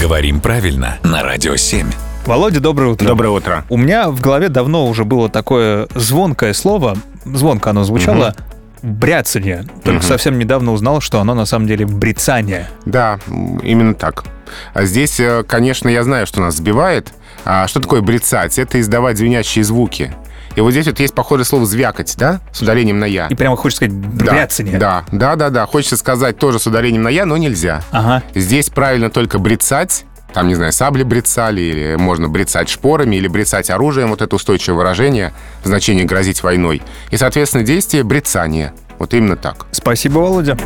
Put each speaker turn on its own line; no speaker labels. Говорим правильно на Радио 7.
Володя, доброе утро.
Доброе утро.
У меня в голове давно уже было такое звонкое слово, звонко оно звучало, бряцание. Только совсем недавно узнал, что оно на самом деле брицание.
Да, м, именно так. А здесь, э, конечно, я знаю, что нас сбивает. А что такое брицать? Это издавать звенящие звуки. И вот здесь вот есть похожее слово «звякать», да? С ударением на «я».
И прямо хочешь сказать
Да,
бряцание.
Да, да, да, да. Хочется сказать тоже с ударением на «я», но нельзя.
Ага.
Здесь правильно только брицать. Там, не знаю, сабли брицали, или можно брицать шпорами, или брицать оружием. Вот это устойчивое выражение, значение «грозить войной». И, соответственно, действие «брицание». Вот именно так.
Спасибо, Володя.